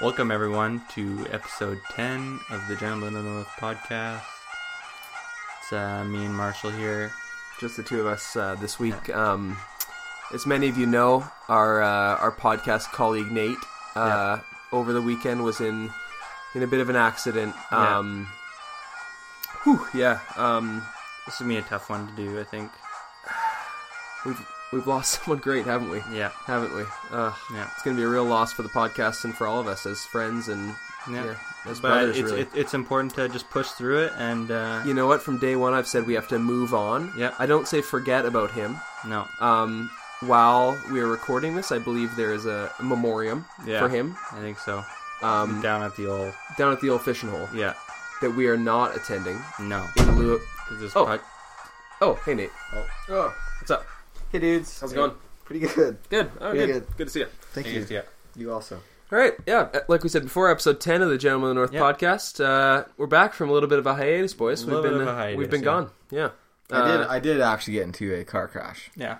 Welcome, everyone, to episode 10 of the Gentleman of the North podcast. It's uh, me and Marshall here. just the two of us uh, this week. Um, as many of you know, our uh, our podcast colleague Nate uh, over the weekend was in in a bit of an accident. Yeah. Um, whew, yeah. Um, This is going to be a tough one to do, I think. we've we've lost someone great, haven't we? Yeah, Haven't we? Uh, yeah. it's gonna be a real loss for the podcast and for all of us as friends and Yeah. yeah, as but brothers. it's, really. it, it's important to just push through it and, uh, you know what? From day one, I've said we have to move on. Yeah. I don't say forget about him. no. Um, while we are recording this, I believe there is a memoriam Yeah. for him I think so. um, Down at the old. down at the old fishing hole Yeah, that we are not attending no. in lieu. Of, 'Cause this Oh. pod- oh, hey Nate, Oh. what's up? Hey dudes. How's it going? Pretty good. Good. Oh, Yeah, good. good. good. to see you. Thank you. yeah. You also. All right. Yeah. uh, Like we said before, episode ten of the Gentleman of the North Yeah. podcast. Uh, we're back from a little bit of a hiatus, boys. Little we've bit been of a uh, hiatus, we've been yeah. gone. Yeah. I did. Uh, I did actually get into a car crash. Yeah.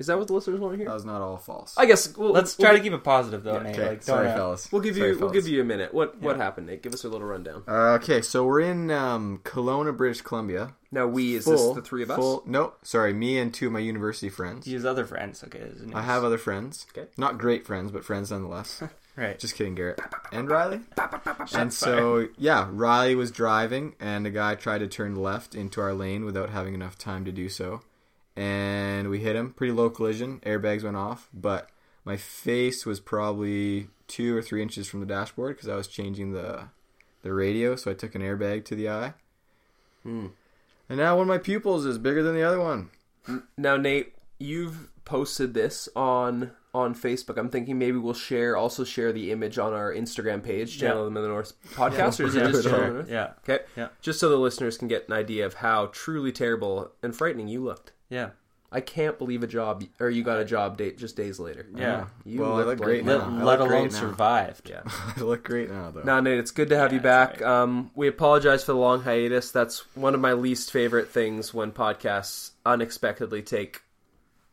Is that what the listeners want to That hear? was not all false. I guess. We'll, Let's we'll try to gi- keep it positive, though, Nate. okay. Like, don't, sorry, uh, fellas. We'll give Sorry, you. We'll fellas. give you a minute. What What Yeah. happened, Nate? Give us a little rundown. Uh, okay, so we're in um, Kelowna, British Columbia. Now we is Full- this the three of us? full- no, sorry, me and two of my university friends. Use other friends, okay? as an I have other friends. Okay. Not great friends, but friends nonetheless. Right. Just kidding, Garrett. And Riley. and so, yeah, Riley was driving, and a guy tried to turn left into our lane without having enough time to do so. And we hit him. Pretty low collision. Airbags went off, but my face was probably two or three inches from the dashboard because I was changing the the radio, so I took an airbag to the eye. Hmm. And now one of my pupils is bigger than the other one. Now, Nate, you've posted this on on Facebook. I'm thinking maybe we'll share also share the image on our Instagram page, Yeah. Channel of the Middle North podcast, or is Yeah, it just sure. Channel of the North? Yeah. Okay, Yeah. just so the listeners can get an idea of how truly terrible and frightening you looked. Yeah. I can't believe a job or you got a job date just days later. Yeah. you Well, I look look great. great Let, Yeah, I let look great alone now. survived. Yeah. I look great now, though. No, Nate, it's good to have Yeah, you back. it's all Um, we apologize for the long hiatus. That's one of my least favorite things when podcasts unexpectedly take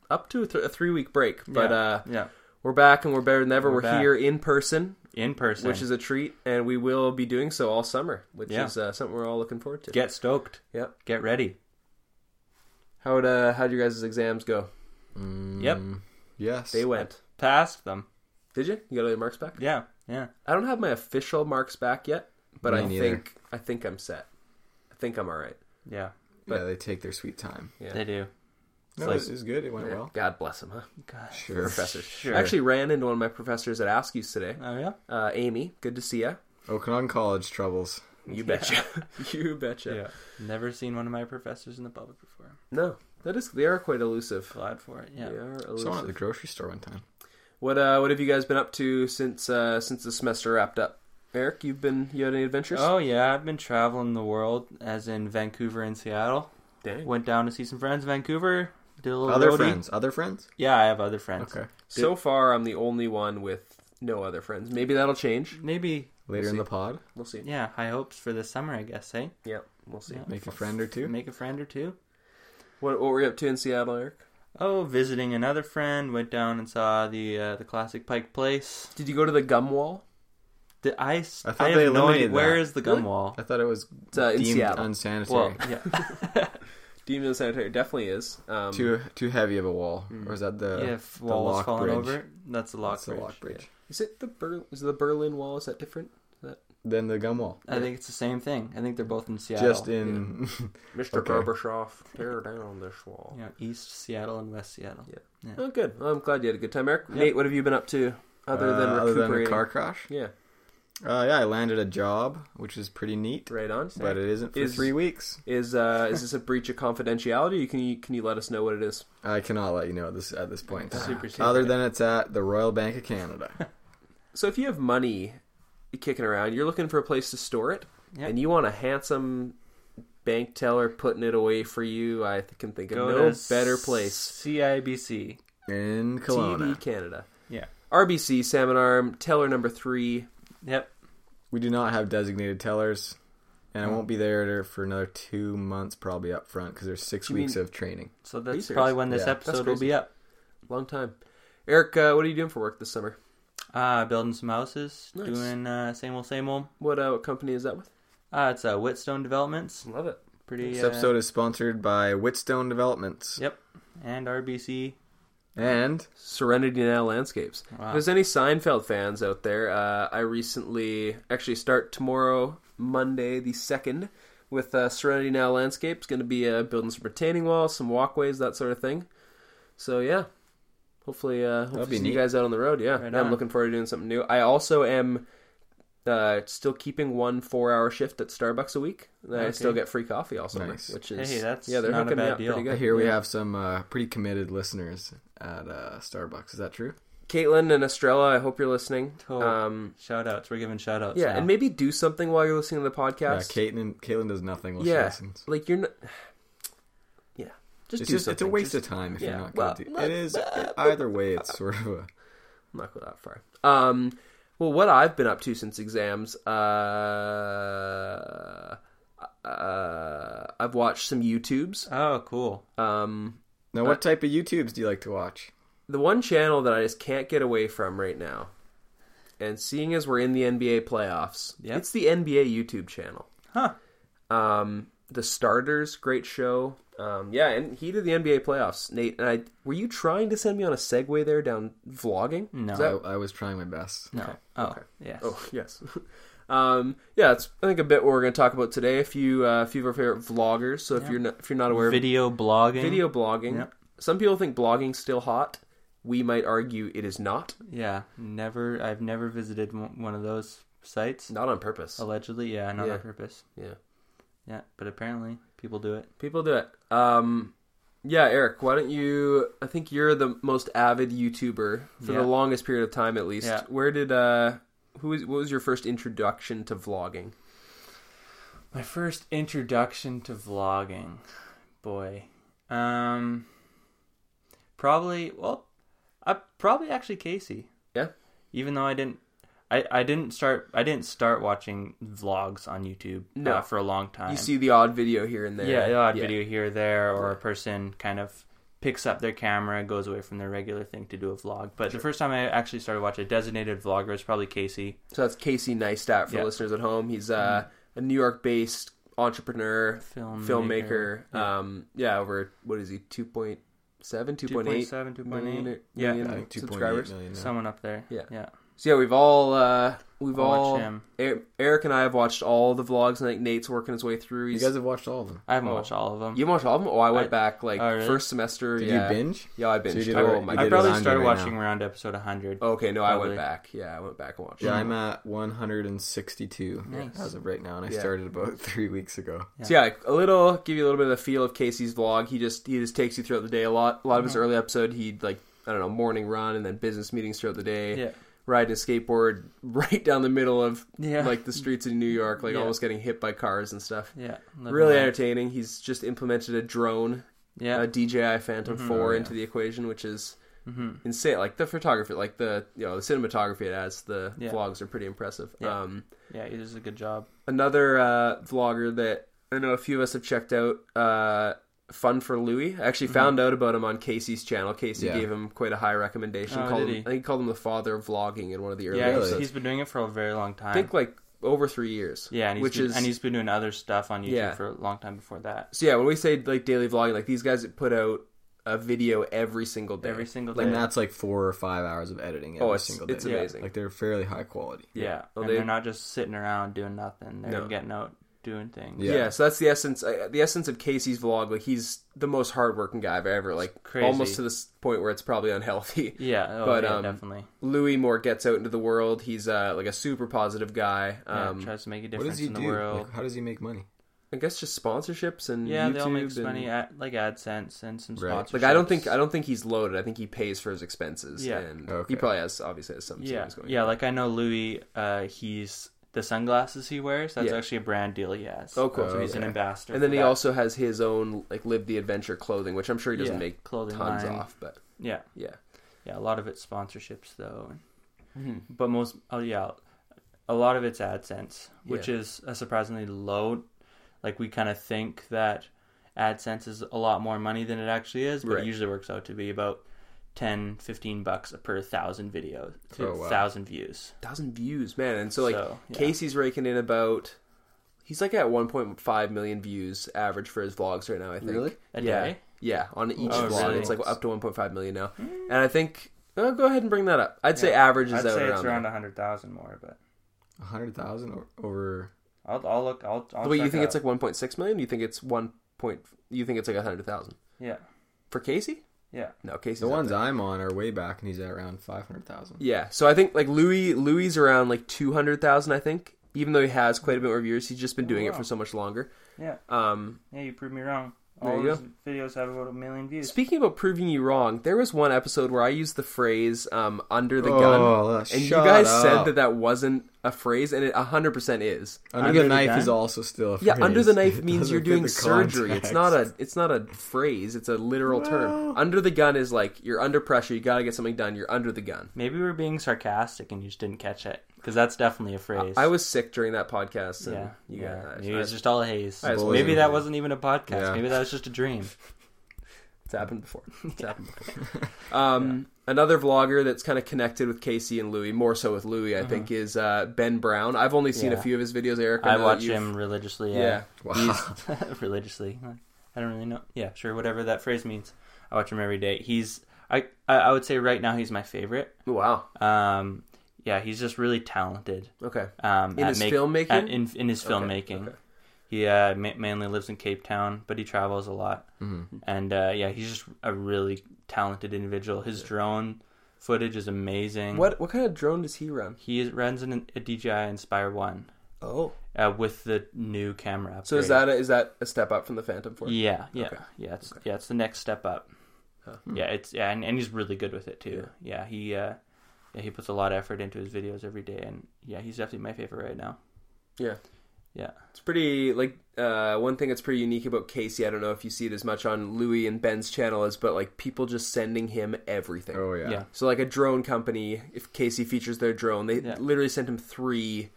up to a, th- a three week break. But yeah. uh, yeah, we're back and we're better than ever. We're, We're back. here in person, in person, which is a treat, and we will be doing so all summer, which Yeah. is uh, something we're all looking forward to. get stoked, yeah. get ready. How'd uh, how'd your guys' exams go? Yep, Mm, Yes. They went. passed them. Did you? You got all your marks back? Yeah, yeah. I don't have my official marks back yet, but Me I neither. think I think I'm set. I think I'm all right. Yeah, yeah, they take their sweet time. Yeah. they do. No, like- it was good. It went well. God bless him, huh? Gosh. Sure. Professor. Sure. I actually ran into one of my professors at Askews today. Oh yeah. Uh, Amy, good to see ya. Okanagan College troubles. You betcha. you betcha. Never seen one of my professors in the public before. No, that is they are quite elusive. Glad for it. Yeah. They are Someone at elusive. the grocery store one time. What uh, what have you guys been up to since uh, since the semester wrapped up? Eric, you've been you had any adventures? Oh yeah, I've been traveling the world, as in Vancouver and Seattle. dang! Went down to see some friends in Vancouver. Did a little Other roadie. friends. Other friends. Yeah, I have other friends. Okay. So far, I'm the only one with no other friends. Maybe that'll change. Maybe. We'll Later in see. the pod, We'll see. Yeah, high hopes for this summer, I guess. Hey, Yeah, we'll see. Yeah. make a friend or two. make a friend or two. What what were you up to in Seattle, Eric? Oh, visiting another friend. Went down and saw the uh, the classic Pike Place. Did you go to the Gum Wall? The ice. I thought have they no eliminated idea- Where that. is the gum wall? I thought it was It's, uh, in deemed Seattle. unsanitary. Well, yeah, Demon Sanitary definitely is. Um, too too heavy of a wall, Hmm. or is that the if the wall was lock falling bridge. over, that's the lock That's bridge. the lock bridge. Is it the Ber- is the Berlin Wall? Is that different? Then the gum Uh, wall. I think it's the same thing. I think they're both in Seattle. Just in Mr. Okay. Gorbachev, tear down this wall. you know, East Seattle and West Seattle. Yeah. Yeah. Oh, good. Well, I'm glad you had a good time, Eric. Nate, what have you been up to other than uh, recuperating? a car crash. Yeah, Uh, yeah, I landed a job, which is pretty neat, right on. but it isn't for Is- three weeks. Is uh, is this a breach of confidentiality? Can you can you let us know what it is? I cannot let you know this at this point. Super secret. Other than it's at the Royal Bank of Canada. So if you have money kicking around, you're looking for a place to store it, Yeah. and you want a handsome bank teller putting it away for you. I th- can think of Go no to better place. CIBC. In TV Kelowna. Canada. Yeah. RBC Salmon Arm Teller number three. Yep. We do not have designated tellers, and Hmm. I won't be there to- for another two months probably up front because there's six You weeks mean- of training. So you that's serious? probably when this Yeah. episode That's will crazy. be up. Long time. Eric, uh, what are you doing for work this summer? Uh, building some houses, Nice. doing uh, same old, same old. What uh, what company is that with? Uh, it's uh, Whitstone Developments. Love it. Pretty. This uh, episode is sponsored by Whitstone Developments. Yep. And RBC. And Serenity Now Landscapes. Wow. If there's any Seinfeld fans out there, uh, I recently actually start tomorrow, Monday the second, with uh, Serenity Now Landscapes. Going to be uh, building some retaining walls, some walkways, that sort of thing. So yeah, hopefully, uh, hopefully be see neat. you guys out on the road. Yeah, Right I'm on. looking forward to doing something new. I also am. Uh, still keeping one four-hour shift at Starbucks a week. And I Okay. still get free coffee all summer, Nice. which is Hey, that's yeah, they're not a hooking me bad up deal. pretty good. here we Yeah. have some uh, pretty committed listeners at uh, Starbucks. Is that true? Caitlin and Estrella, I hope you're listening. Cool. Um, Shout outs. We're giving shout outs. yeah, now. and maybe do something while you're listening to the podcast. Yeah, Caitlin, Caitlin does nothing while she Yeah, listens. like you're not. Yeah, just It's do just something. it's a waste Just- of time if yeah, you're not going well, to do not- it. Is either way, it's sort of a I'm not going that far. Um, well, what I've been up to since exams, uh, uh, I've watched some YouTubes. Oh, cool. Um, now. What type of YouTubes do you like to watch? the one channel that I just can't get away from right now, and seeing as we're in the NBA playoffs, Yeah. it's the NBA YouTube channel. Huh. Um, the starters, great show. Um, yeah, and he did the NBA playoffs, Nate. And I were you trying to send me on a segue there down vlogging? No. Is I, that- I was trying my best. No. Oh, yes. oh yes. um, yeah, it's I think a bit what we're going to talk about today. A few uh, a few of our favorite vloggers. So if you're not, if you're not aware, of Video blogging. video blogging. Yep. Some people think blogging's still hot. We might argue it is not. Yeah. Never. I've never visited m- one of those sites. Not on purpose. Allegedly. Yeah. Not Yeah. on purpose. Yeah. Yeah. But apparently people do it. People do it. Um, yeah, Eric, why don't you? I think you're the most avid YouTuber for Yeah. the longest period of time, at least. Yeah. Where did uh, who was what was your first introduction to vlogging? My first introduction to vlogging, boy. Um, probably well, I probably actually Casey. Yeah. Even though I didn't, I, I didn't start I didn't start watching vlogs on YouTube No. uh, for a long time. You see the odd video here and there. yeah, the odd video here or there, or a person kind of picks up their camera and goes away from their regular thing to do a vlog. But the first time I actually started watching a designated vlogger was probably Casey. So that's Casey Neistat for Yeah. Mm-hmm. listeners at home. He's uh, a New York-based entrepreneur, Filmmaker. filmmaker. Um, yeah, over what is he? 2.7, 2.8 2.7, 2.8. million, Yeah. million I I think 2.8 subscribers. million now. Someone up there. Yeah. Yeah. So yeah, we've all uh, we've I watched all him. Er- Eric and I have watched all the vlogs, and I think Nate's working his way through. You He's, guys have watched all of them. I haven't Oh. watched all of them. you watched all of them? Oh, I went I- back like Oh, really? first semester. Did yeah. you binge? Yeah, I binged. So you did oh alright. my You I did goodness. probably on started you right watching around episode 100. Okay, no, I Probably. went back. Yeah, I went back and watched. Yeah, them. I'm at 162 Hmm. Nice. as of right now, and I Yeah. started about three weeks ago. So yeah, a little give you a little bit of the feel of Casey's vlog. He just he just takes you throughout the day. A lot a lot of his early episode, he'd like I don't know morning run and then business meetings throughout the day. Yeah. Riding a skateboard right down the middle of Yeah. like the streets in New York, like Yeah. almost getting hit by cars and stuff. Yeah. living really life. entertaining. He's just implemented a drone, Yeah. Mm-hmm. Oh, a DJI Phantom Four, yeah. into the equation, which is insane. Like the photography, like the you know the cinematography it adds, the Yeah. vlogs are pretty impressive. Yeah. Um, yeah, he does a good job. another uh, vlogger that I know a few of us have checked out. Uh, Fun for Louie. I Mm-hmm. actually found out about him on Casey's channel. Casey Yeah. gave him quite a high recommendation. Oh, called did him, he? I think he called him the father of vlogging in one of the early Yeah, he's- episodes. he's been doing it for a very long I time. think like over three years. yeah, and he's which been, is and he's been doing other stuff on YouTube Yeah. for a long time before that. So yeah, when we say like daily vlogging, like these guys put out a video every single day. Every single day. And that's like four or five hours of editing every oh, it's single day. it's day. Yeah. amazing. Like they're fairly high quality. yeah. Well, and they- they, are not just sitting around doing nothing. They're No. getting out doing things. yeah. Yeah. so that's the essence. Uh, the essence of Casey's vlog. Like he's the most hardworking guy I've ever. Like crazy. almost to this point where it's probably unhealthy. Yeah, oh, But, yeah, um, definitely. Louis more gets out into the world. He's uh, like a super positive guy. Yeah, Um, tries to make a What difference does he in the do? world. Like, how does he make money? I guess just sponsorships and yeah, they all YouTube make and- money at like AdSense and some Right. sponsorships. Like I don't think I don't think he's loaded. I think he pays for his expenses. Yeah. and Okay. he probably has obviously has some yeah, savings going. yeah. Like I know Louis. Uh, he's the sunglasses he wears. That's Yeah. actually a brand deal he has. Oh, cool. So he's an Okay. ambassador. and then for he that. also has his own like live the adventure clothing, which I'm sure he doesn't Yeah, make clothing tons line. off, but yeah, yeah, yeah. A lot of it's sponsorships though, Mm-hmm. but most oh yeah, a lot of it's AdSense, which is a surprisingly low. Like we kind of think that AdSense is a lot more money than it actually is, but Right. it usually works out to be about 10, 15 bucks per thousand videos, Oh, wow. thousand views. thousand views, man. And so like So, yeah. Casey's raking in about he's like at one point five million views average for his vlogs right now, I think. Really? A yeah. day? Yeah, on each Oh, vlog. really? Hmm. It's like up to one point five million now. And I think oh, go ahead and bring that up. I'd say Yeah. average is I'd out say it's there. around a hundred thousand more, but A hundred thousand o- over. I'll, I'll look. I'll. I'll Wait, you check think it it's out. like one point six million? You think it's one point you think it's like a hundred thousand? yeah, For Casey? yeah. No, Casey's The up ones there. I'm on are way back, and he's at around five hundred thousand. Yeah. So I think like Louis Louis around like two hundred thousand, I think. Even though he has quite a bit more viewers, he's just been doing it Oh, wow. for so much longer. Yeah. Um Yeah, you proved me wrong. There All you those videos have about a million views. Speaking about proving you wrong, there was one episode where I used the phrase um, "under the Oh, gun," let's and you shut guys said up. that that wasn't a phrase, and it 100% is. Under, Under the the knife gun? is also still a Yeah, phrase. under the knife It means doesn't you're fit doing the surgery. It's context. not a it's not a phrase. It's a literal term. Under the gun is like you're under pressure. You got to get something done. You're under the gun. Maybe we're being sarcastic and you just didn't catch it because that's definitely a phrase. I was sick during that podcast. And Yeah, you yeah. guys. Maybe it was just all a haze. I was Maybe bullshit. that wasn't even a podcast. Yeah. Maybe that was just a dream. It's happened before. It's happened before. Um, Another vlogger that's kind of connected with Casey and Louie, more so with Louie, I think, is uh, Ben Brown. I've only seen a Yeah. few of his videos, Eric. I know that watch you've- him religiously. Yeah. Yeah, Wow. religiously. I don't really know. Yeah, sure, whatever that phrase means. I watch him every day. He's I I- I would say right now he's my favorite. Wow. Um, yeah, he's just really talented. Okay. Um, In at his filmmaking? at- in in his filmmaking. okay. He uh, ma- mainly lives in Cape Town, but he travels a lot. Mm-hmm. And uh, yeah, he's just a really talented individual. His drone footage is amazing. What what kind of drone does he run? He is- runs an, a DJI Inspire One Oh. uh, with the new camera. So is upgrade. that a, is that a step up from the Phantom Force? Yeah, yeah, Okay. yeah. It's yeah, it's the next step up. Yeah, it's yeah, and, and he's really good with it too. Yeah, he uh, yeah, he puts a lot of effort into his videos every day, and yeah, he's definitely my favorite right now. Yeah. Yeah, It's pretty like uh, one thing that's pretty unique about Casey. I don't know if you see it as much on Louis and Ben's channel is, but like people just sending him everything. oh yeah. yeah. So like a drone company, if Casey features their drone, they Yeah. literally sent him three.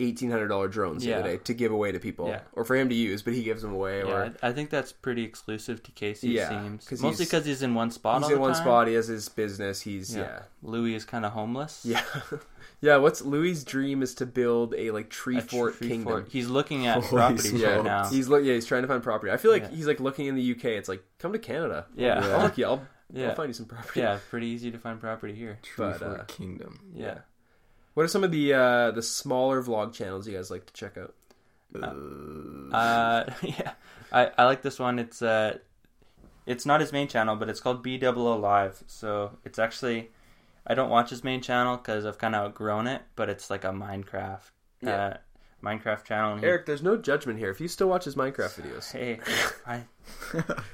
Eighteen hundred dollar drones the other Yeah. day to give away to people, Yeah. or for him to use, but he gives them away. Yeah, or I I think that's pretty exclusive to Casey. Yeah, Yeah, seems 'cause mostly he's- because he's in one spot. he's all in the one time. spot. He has his business. He's yeah. Louis is kind of homeless. Yeah, yeah. What's Louis' dream is to build a like tree A fort tree kingdom. fort. He's looking at Holy properties Yeah, right now. he's look. Yeah, he's trying to find property. I feel like Yeah. he's like looking in the UK. It's like come to Canada. Yeah. I'll look you. I'll, I'll Yeah. find you some property. yeah, pretty easy to find property here. True But, for uh, kingdom. Yeah. What are some of the uh, the smaller vlog channels you guys like to check out? Uh, yeah, I, I like this one. It's uh, it's not his main channel, but it's called BWO Live. So it's actually, I don't watch his main channel because I've kind of outgrown it. But it's like a Minecraft, Yeah. uh, Minecraft channel. and he- Eric, there's no judgment here. If you still watch his Minecraft videos, hey, I,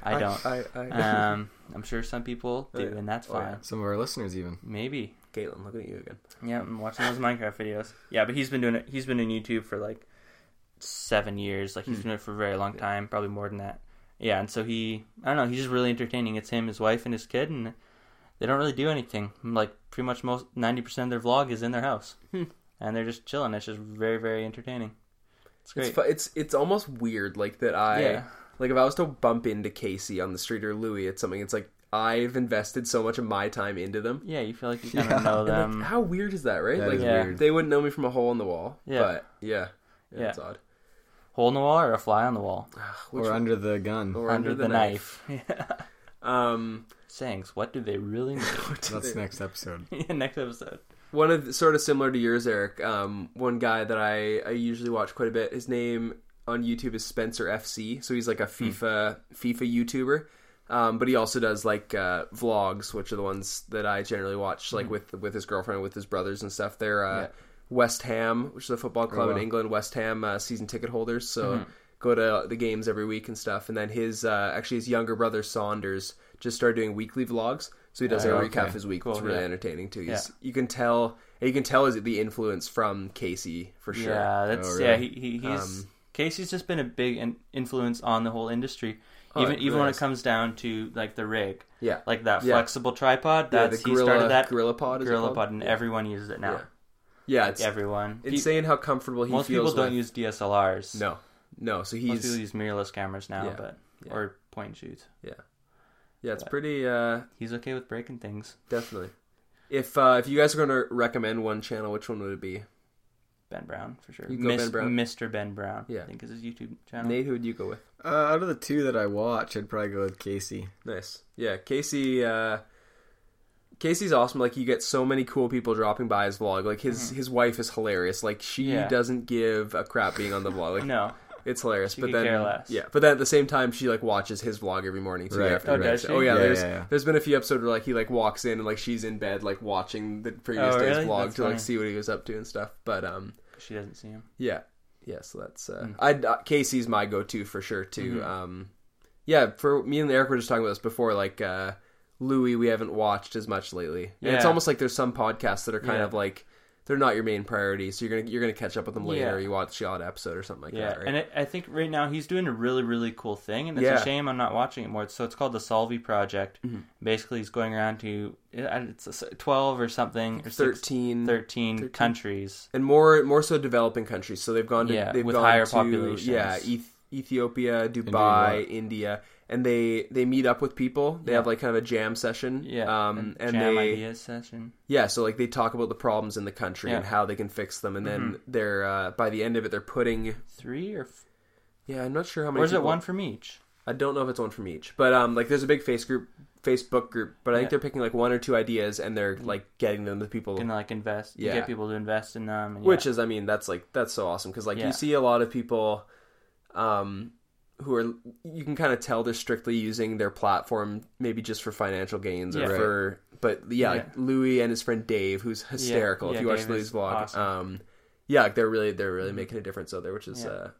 I don't. I, I, um, I'm sure some people do, yeah. and that's Oh, fine. yeah. Some of our listeners even. Maybe. Caitlin, looking at you again. Yeah, I'm watching those Minecraft videos. Yeah, but he's been doing it. He's been in YouTube for like seven years. Like he's Hmm. been doing it for a very long time, probably more than that. Yeah, and so he, I don't know, he's just really entertaining. It's him, his wife, and his kid, and they don't really do anything. Like pretty much most ninety percent of their vlog is in their house, Hmm. and they're just chilling. It's just very, very entertaining. It's great. It's fu- it's it's almost weird. Like that. I Yeah. like if I was to bump into Casey on the street or Louis at something. It's like I've invested so much of my time into them. yeah, you feel like you kind of know And, them. like, how weird is that, right? That like is Yeah. weird. they wouldn't know me from a hole in the wall. Yeah. But yeah. Yeah, Yeah. it's odd. Hole in the wall or a fly on the wall? Which Oh, or under the gun. or under, the, knife. Yeah. Um Sayings. What do they really mean? That's next episode. Yeah, Next episode. one of the, sort of similar to yours, Eric. Um one guy that I, I usually watch quite a bit, his name on YouTube is Spencer FC. So he's like a FIFA FIFA YouTuber. Um, but he also does like uh, vlogs, which are the ones that I generally watch, like with with his girlfriend, with his brothers and stuff. They're uh, Yeah. West Ham, which is a football club in wow. England. West Ham uh, season ticket holders, so go to the games every week and stuff. And then his uh, actually his younger brother Saunders just started doing weekly vlogs, so he does Yeah, a okay. recap of his week. it's Cool, really yeah. entertaining too. He's, You can tell you can tell is the influence from Casey for sure. Um, Yeah, that's Oh, yeah. really? He, he he's Casey's just been a big in, influence on the whole industry. Oh, even it even really when is. it comes down to like the rig, Yeah. like that Yeah. flexible tripod. Yeah, That's the he gorilla- started that gorilla pod, is it gorilla called? pod, and everyone uses it now. Yeah. yeah, it's Everyone. Pe- insane how comfortable he most feels. people don't use with- DSLRs. no, no. So most people he's use mirrorless cameras now, Yeah. but Yeah. or point and shoot. yeah. Yeah, it's pretty uh, He's okay with breaking things. definitely. If uh, if you guys are going to recommend one channel, which one would it be? Ben Brown for sure. You go Ben Brown. Mr. Ben Brown. Yeah. I think is his YouTube channel. Nate, who would you go with? Uh, out of the two that I watch, I'd probably go with Casey. Nice. Yeah, Casey. Uh, Casey's awesome. Like you get so many cool people dropping by his vlog. Like his his wife is hilarious. Like she Mm-hmm. Yeah. doesn't give a crap being on the vlog. Like No. it's hilarious. She but could then care less. yeah, but then at the same time she like watches his vlog every morning. So you Right. have to Oh, do does that. she? oh yeah, Yeah, there's yeah, yeah. there's been a few episodes where like he like walks in and like she's in bed like watching the previous Oh, day's really? vlog That's to like funny. see what he was up to and stuff. But um She doesn't see him. yeah. Yeah, so that's Hmm. uh, I'd uh, Casey's my go-to for sure too. Mm-hmm. Um yeah, for me and Eric were just talking about this before like uh Louis we haven't watched as much lately. And it's Yeah. almost like there's some podcasts that are kind Yeah. of like they're not your main priority, so you're going to you're going to catch up with them later Yeah. or you watch the odd episode or something like Yeah, that, right? and it, I think right now he's doing a really, really cool thing, and it's Yeah. Mm-hmm. a shame I'm not watching it more. So it's called the Solvi Project. Basically, he's going around to it's twelve or something or 13, 13 13 countries. and more more so developing countries. So they've gone to Yeah, they've with gone higher to, populations. Yeah, Eth- Ethiopia, Dubai, India, and they they meet up with people. They have like kind of a jam session. Yeah, um, and jam they ideas session. yeah, so like they talk about the problems in the country Yeah. Mm-hmm. and how they can fix them, and then they're uh, by the end of it they're putting Three or f- yeah I'm not sure how many. or is it people- one from each? I don't know if it's one from each, but um, like there's a big face group. Facebook group, but I think Yeah. Mm. they're picking like one or two ideas and they're like getting them to people. Can like invest? You Yeah. get people to invest in them. And which is i mean that's like that's so awesome because like Yeah. you see a lot of people um who are you can kind of tell they're strictly using their platform maybe just for financial gains Yeah. or Right. for but yeah, Yeah. like louis and his friend dave who's hysterical Yeah, if you watch Dave louis is vlog awesome. Mm-hmm. um yeah like they're really they're really making a difference out there which is Yeah. uh pretty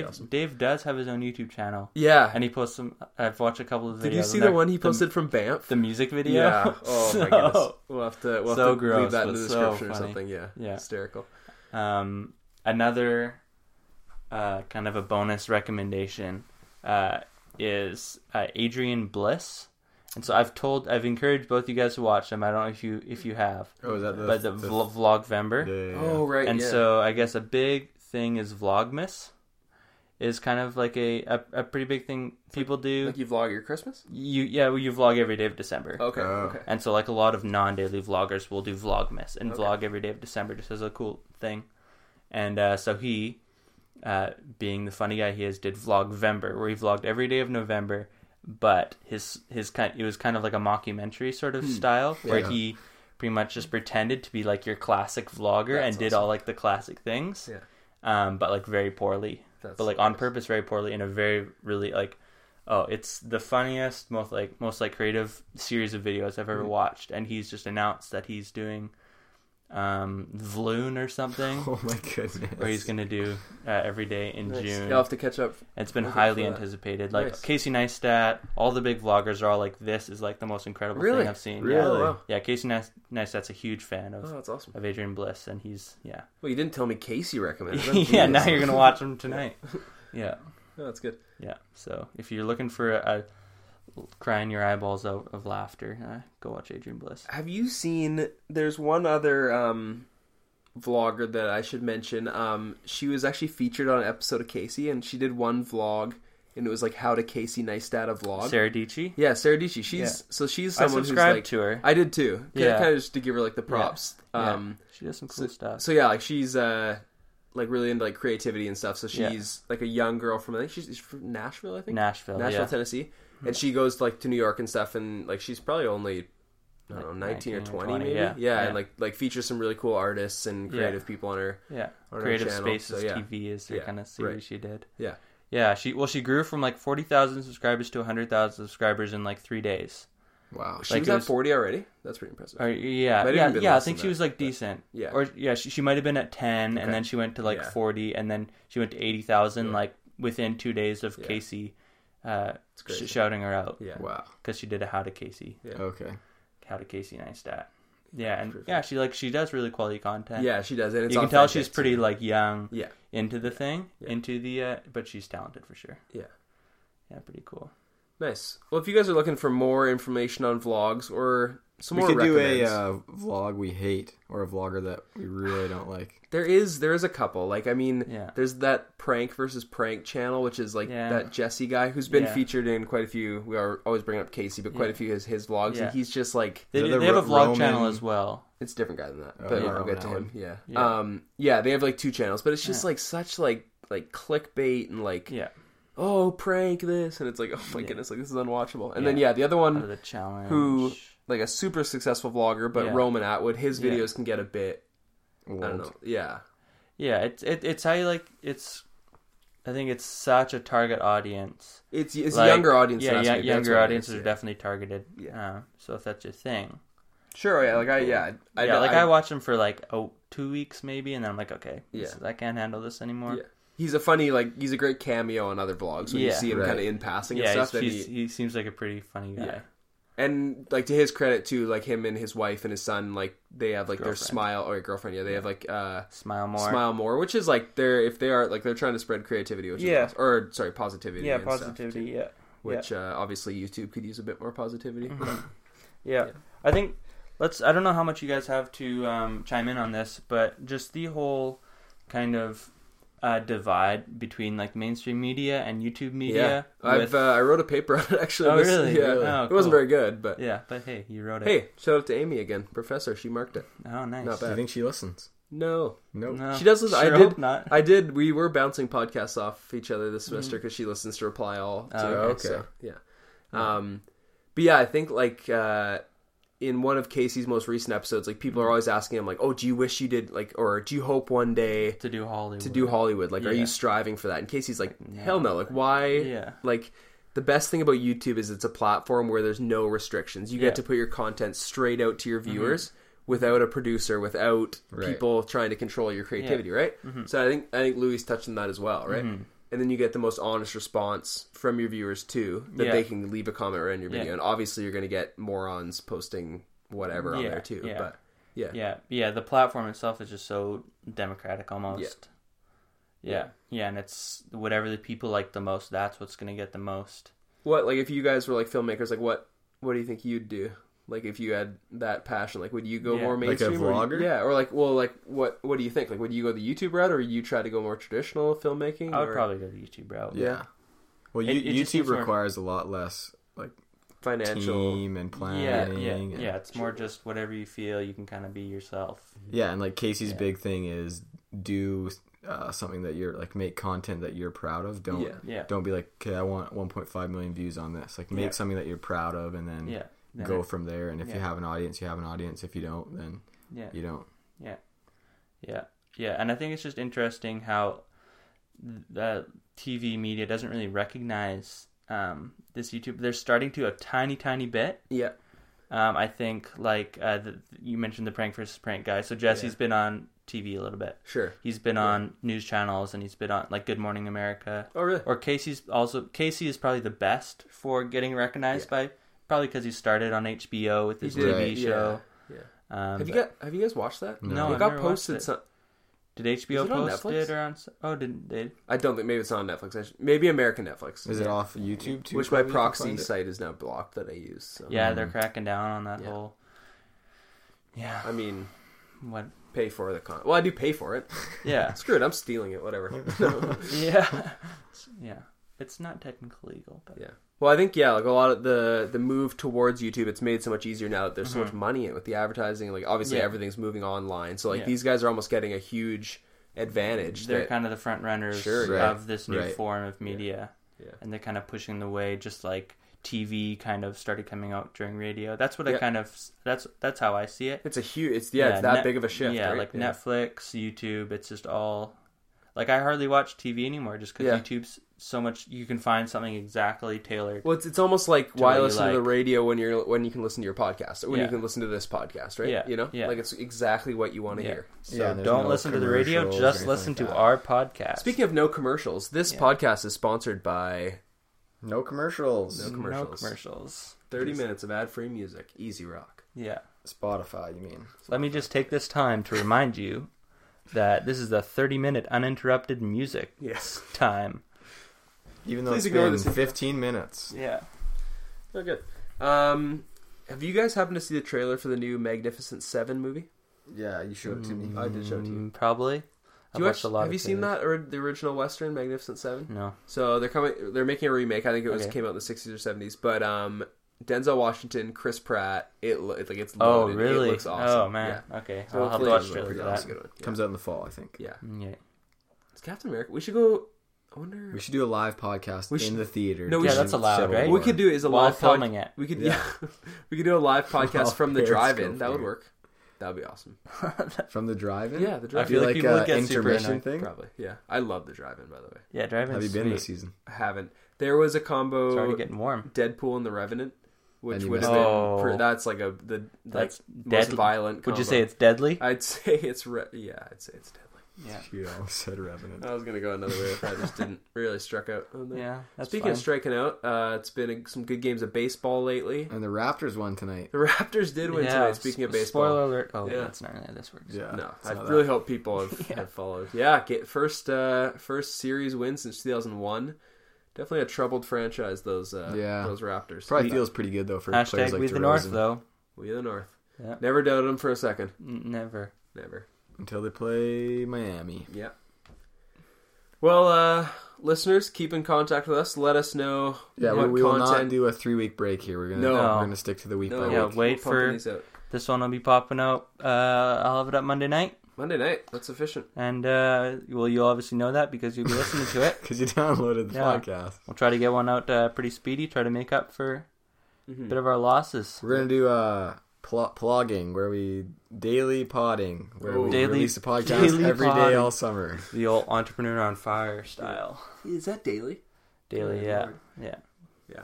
Dave awesome. Dave does have his own YouTube channel, yeah and he posts some. I've watched a couple of videos. did you see and the they're- one he posted from banff the, music video? yeah oh my So- goodness we'll have to we'll have so to leave gross, that in but so the description or funny. something yeah Yeah. hysterical Um, another uh, kind of a bonus recommendation uh, is uh, Adrian Bliss, and so I've told I've encouraged both you guys to watch them. I don't know if you if you have, Oh, is that the, but the, the- vlog Vlogvember, yeah, yeah, yeah. oh right and yeah. so I guess a big thing is Vlogmas, is kind of like a a, a pretty big thing people do. like you vlog your christmas you yeah, well, you vlog every day of December. okay Oh. okay And so, like a lot of non-daily vloggers will do Vlogmas and vlog every day of December just as a cool thing. And uh, so he, uh, being the funny guy he is, did Vlogvember, where he vlogged every day of November, but his his kind it was kind of like a mockumentary sort Hmm. of style where Yeah. he pretty much just pretended to be like your classic vlogger and That's did all like the classic things, Yeah. um, but like very poorly, That's but like on purpose, very poorly in a very really like oh it's the funniest most like most like creative series of videos i've ever Mm-hmm. watched and he's just announced that he's doing um vloon or something Oh my goodness. where he's going to do uh, every day in june You'll have to catch up. it's been look out highly for that. anticipated like Nice. casey neistat all the big vloggers are all like this is like the most incredible Really? thing i've seen Really? yeah, Oh, wow. yeah casey Neist- neistat's a huge fan of Oh, that's awesome. of adrian bliss and he's yeah Well, you didn't tell me Casey recommended. That's yeah now genius. you're going to watch him tonight yeah Oh, that's good. Yeah. So if you're looking for a, a crying your eyeballs out of laughter, uh, go watch Adrian Bliss. Have you seen? There's one other um, vlogger that I should mention. Um, she was actually featured on an episode of Casey, and she did one vlog, and it was like how to Casey Neistat a vlog. Sarah Dici. yeah, Sarah Dici. She's Yeah. so she's I someone who's subscribed like to her. I did too. Yeah, Yeah. kind of just to give her like the props. Yeah. Um, she does some cool stuff. So yeah, like she's uh like really into like creativity and stuff. So Yeah. she's like a young girl from I think she's, she's from Nashville, I think. Nashville, Nashville, yeah. Tennessee. And she goes like to New York and stuff and like she's probably only I don't know, Like 19, or 20, 20, maybe. Yeah. yeah. Yeah. and like like features some really cool artists and Yeah. creative people on her. yeah. on her Creative channel, Spaces so yeah. TV is the Yeah, kind of series right. she did. Yeah. Yeah. She well, she grew from like forty thousand subscribers to hundred thousand subscribers in like three days. wow. Oh, She Like, was it at was- 40 already. That's pretty impressive. Or yeah, Might have yeah, even been yeah. I less think than she that, was like decent. yeah. Or yeah, she, she might have been at ten, Okay. and then she went to like Yeah. forty, and then she went to eighty thousand Yeah. like within two days of Yeah. Casey uh, sh- crazy. shouting her out. Yeah. Wow. because she did a How to Casey, Yeah. Okay. How to Casey Neistat. Yeah, and Perfect. yeah, she like she does really quality content. Yeah, she does. And it's you can tell authentic, she's so- pretty like young Yeah. into the thing, Yeah. into the uh, but she's talented for sure. Yeah. yeah, pretty cool. Nice. Well, if you guys are looking for more information on vlogs or some we more could do a recommends. uh, vlog we hate or a vlogger that we really don't like. There is there is a couple. Like I mean, Yeah. there's that prank versus prank channel, which is like Yeah. that Jesse guy who's been Yeah. featured in quite a few. We are always bringing up Casey, but quite a few of his his vlogs, Yeah. and he's just like They, They're do- the they have a Ro- vlog channel Roman- as well. it's different guy than that. Oh, but yeah, we'll get to Roman him. Yeah. Yeah. Um. Yeah, they have like two channels, but it's just like such like like clickbait and like Yeah, oh prank this, and it's like oh my Yeah. goodness, like this is unwatchable. And Yeah. then yeah, the other one out of the challenge. Um, who like a super successful vlogger, but Yeah. Roman Atwood, his Yeah. videos can get a bit I don't Old. know. Yeah. Yeah, it's it, it's how you like it's. I think it's such a target audience. It's it's Like, younger audience. Yeah, than us, yeah maybe. That's younger what it audiences is, are yeah. definitely targeted. Yeah. so if that's your thing, Sure, yeah, like I, yeah, I, yeah, like I, watch them for like oh two weeks maybe, and then I'm like, okay, this Yeah. is- I can't handle this anymore. Yeah. he's a funny, like he's a great cameo on other vlogs when you Yeah. see him Right. kind of in passing and Yeah, he's, stuff. That he's, he, he seems like a pretty funny guy. Yeah. and like to his credit too, like him and his wife and his son, like they have like their Girlfriend. smile or girlfriend, yeah, they have like uh Smile more. smile more, which is like they're if they are like they're trying to spread creativity, which Yeah. is awesome. or sorry positivity, Yeah, and stuff, positivity. too, yeah, which uh, obviously YouTube could use a bit more positivity. Mm-hmm. yeah. I think let's. I don't know how much you guys have to um, chime in on this, but just the whole kind of uh, divide between like mainstream media and YouTube media. yeah, I've with- uh, I wrote a paper on it actually. Oh, this- really? Yeah, Really? Oh, it wasn't cool. very good, but yeah, but hey, you wrote it. hey, shout out to Amy again, professor. She marked it. oh nice. not Do bad. you think she listens? No, Nope. No, She does listen- I Sure did- hope not. I did. We were bouncing podcasts off each other this semester because she listens to Reply All. Oh, too, okay. so, yeah. Um, but yeah, I think like uh, in one of Casey's most recent episodes, like people are always asking him like, "Oh, do you wish you did like, or do you hope one day to do Hollywood. to do Hollywood? Like, are Yeah. you striving for that?" And Casey's like, "Hell no! Like, why? Yeah. Like." The best thing about YouTube is it's a platform where there's no restrictions. You Yeah. Mm-hmm. get to put your content straight out to your viewers without a producer, without Right. people people trying to control your creativity, right? Mm-hmm. So I think I think Louis touched on that as well, right? And then you get the most honest response from your viewers too, that Yeah. they can leave a comment right in your video, Yeah. and obviously you're going to get morons posting whatever on Yeah, there too. yeah. But yeah, Yeah, yeah. The platform itself is just so democratic, almost. Yeah. yeah, Yeah. and it's whatever the people like the most. That's what's gonna get the most. what like if you guys were like filmmakers, like what what do you think you'd do? Like if you had that passion, like would you go Yeah. more Like a mainstream? or- vlogger? yeah, or like well, like what what do you think? Like would you go the YouTube route, or you try to go more traditional filmmaking? I would or probably go the YouTube route. Yeah. Well, It- you it just YouTube seems more- requires a lot less like financial. team and yeah, planning. yeah, and, yeah. It's more just whatever you feel. You can kind of be yourself. Yeah, and like Casey's big thing is do uh, something that you're like make content that you're proud of. Don't Yeah. Yeah. don't be like, okay, I want 1.5 million views on this. Like make Yeah. something that you're proud of, and then Yeah, then go it- from there. And if you yeah. have an audience, you have an audience. If you don't, then yeah, you don't. yeah, yeah. And I think it's just interesting how the TV media doesn't really recognize um, this YouTube. They're starting to a tiny, tiny bit. Yeah, Um, I think like uh, the, you mentioned the prank versus prank guy. So Jesse's been on TV a little bit. sure. He's been on news channels and he's been on like Good Morning America. Oh really? Or Casey's also Casey is probably the best for getting recognized by probably because he started on HBO with his did, TV right, show. yeah. Um, Have you but- got? Have you guys watched that? No, it I've got never watched posted. it. Some, did HBO Is it on post Netflix? it or on? s- Oh, didn't they? I don't think maybe it's on Netflix. I should- Maybe American Netflix, Is it off YouTube too? which my probably? You can proxy find it. site is now blocked that I use. So. Yeah, they're cracking down on that Um, Yeah. whole. Yeah. I mean, What? pay for the con. Well, I do pay for it. Yeah. Screw it, I'm stealing it. Whatever. yeah. yeah. It's not technically legal, but yeah. Well, I think yeah, like a lot of the the move towards YouTube, it's made so much easier now that there's so much money in it with the advertising. Like obviously Mm-hmm. Yeah. everything's moving online, so like Yeah. these guys are almost getting a huge advantage. they're that- kind of the front runners Sure, yeah. of this new Right. form of media, Yeah. and they're kind of pushing the way. Just like TV kind of started coming out during radio. That's what I Yeah. kind of that's that's how I see it. it's a huge. It's yeah, it's that Net- big of a shift. Yeah, right? like Netflix, YouTube. It's just all like I hardly watch TV anymore, just because Yeah. YouTube's so much. You can find something exactly tailored. Well, it's, it's almost like why what you listen to the like. radio when you're when you can listen to your podcast or when you Yeah. can listen to this podcast, right? Yeah, You know, yeah. like it's exactly what you want to Yeah. hear. So. Yeah, so there's don't no listen to the radio. commercials or Just anything listen like to that. our podcast. Speaking of no commercials, this podcast is sponsored by No commercials. No no commercials. commercials. 30 minutes of ad-free music, Easy Rock. Yeah. Spotify, you mean? Let me just take this time to remind you that this is the 30 minute uninterrupted music Yes. time. Even though Please it's ignore been this intro. 15 minutes. Yeah. Oh, good. Um, Have you guys happened to see the trailer for the new Magnificent Seven movie? Yeah, you showed it to me. I did show it to you. Mm, Probably. I've Do you watched a watch- lot. have of you seen trailers. that or the original Western Magnificent Seven? No. So they're coming. They're making a remake. I think it was Okay. came out in the sixties or seventies. But um, Denzel Washington, Chris Pratt. It lo- it's like it's Oh, loaded. really? It looks awesome. Oh man. Okay. I'll Yeah. have to Hopefully watch it's trailer pretty for awesome. that. Good one. Yeah. Mm, Comes out in the fall, I think. yeah. Mm, Yeah. It's Captain America. We should go. I wonder. We should do a live podcast We should- in the theater. No, we during should- Yeah, that's allowed, Civil right? What War. we could do is a While live pod- filming it. We could yeah. Yeah. we could do a live podcast While from the Periscope drive-in. That would here. work. That would be awesome. from the drive-in. Yeah, the I drive-in. feel do like like, people uh, would get super intermission annoyed. thing. Probably. Yeah. I love the drive-in. By the way, Yeah, driving. Have you been this season? I haven't. There was a combo. It's already getting warm. Deadpool and the Revenant, which And you would have missed been it. pre- that's like a the like Oh. That's most deadly. violent. Combo. Would you say it's deadly? I'd say it's re- yeah. I'd say it's deadly. Yeah. You almost said Revenant. I was gonna go another way if I just didn't really struck out. On that. Yeah. That's Speaking fine. of striking out, uh, it's been a, some good games of baseball lately. And the Raptors won tonight. The Raptors did win yeah. tonight. Speaking of s- baseball, Spoiler alert. Oh, Yeah. that's not how this works. Yeah. no, it's I not really that. hope people have, have followed. Yeah, get first uh, first series win since 2001. Definitely a troubled franchise. Those uh, Yeah. those Raptors Probably We- feels pretty good though for players Hashtag like we the North DeRozan though. We the North. Yeah. Never doubted them for a second. N- Never. Never. until they play Miami. Yeah. Well, uh, listeners, keep in contact with us. Let us know. Yeah, what we, we will not content- do a three-week break here. We're gonna No. we're gonna stick to the week No, by Yeah, week. we're wait pumping for- these out. This one will be popping out. Uh, I'll have it up Monday night, Monday night. That's efficient. and uh, well, you obviously know that because you'll be listening to it. Because you downloaded the Yeah. podcast. We'll try to get one out uh, pretty speedy. Try to make up for Mm-hmm. a bit of our losses. We're gonna do uh pl- plogging where we daily podding where we Daily- release a podcast daily every day podding. all summer. The old entrepreneur on fire style. Is that daily? Daily, Good yeah, lord. yeah, Yeah.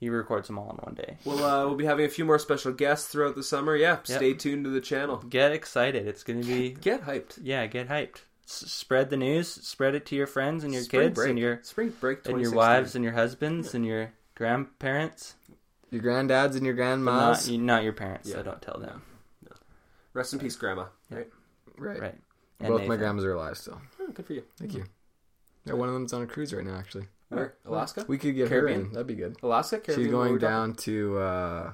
He records them all in one day. Well, uh, we'll be having a few more special guests throughout the summer. Yeah, stay tuned to the channel. Get excited! It's gonna be Get hyped. yeah. Get hyped. S- spread the news. Spread it to your friends and your Spring kids break. and your spring break and your 2016. wives and your husbands and your grandparents. Your granddads and your But not grandmas. you- not your parents. Yeah. So don't tell them. Rest in peace, Grandma. Right. right. Right. And Both my Nathan. grandmas are alive still. Oh, good for you. Thank you. Yeah, one of them's on a cruise right now. Actually, Where? Alaska. we could get Caribbean? her in. That'd be good. Alaska. Caribbean, She's where going we talking? down to uh,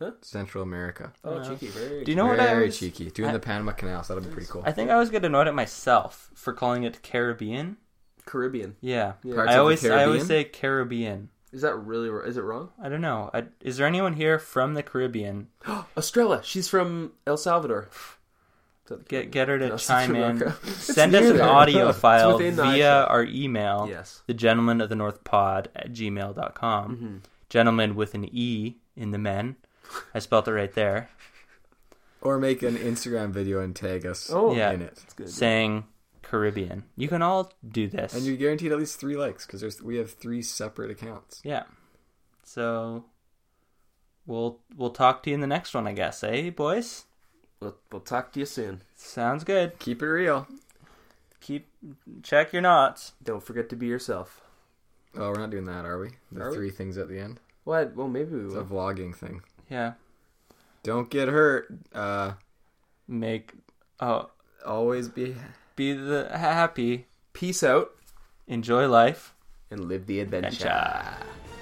Huh? Central America. Oh, cheeky. Very. Do you know what I Very was? cheeky. Doing I- the Panama Canal, so that'd be pretty cool. I think I always get annoyed at myself for calling it Caribbean. Caribbean. Yeah, Yeah. Parts I of the always I always Caribbean? say Caribbean. Is that really? Is it wrong? I don't know. I, is there anyone here from the Caribbean? Estrella. She's from El Salvador. Get get her to No, chime Central in. America. Send us near an there. audio It's file within eye via shot. our email, Yes. the gentleman of the north pod at Mm-hmm. gmail.com. Gentleman with an E in the men. I spelt it right there. Or make an Instagram video and tag us Oh, Yeah. in it. good. Saying Caribbean. You can all do this. And you're guaranteed at least three likes because there's we have three separate accounts. Yeah. So we'll we'll talk to you in the next one, I guess, eh, boys? We'll, we'll talk to you soon. Sounds good. Keep it real. Keep check your knots. Don't forget to be yourself. Oh, we're not doing that, are we? The Are we? three things at the end. What? Well, maybe we It's will. a vlogging thing. Yeah. Don't get hurt. Uh, Make oh always be be the happy. Peace out Enjoy life. and live the adventure. Cha.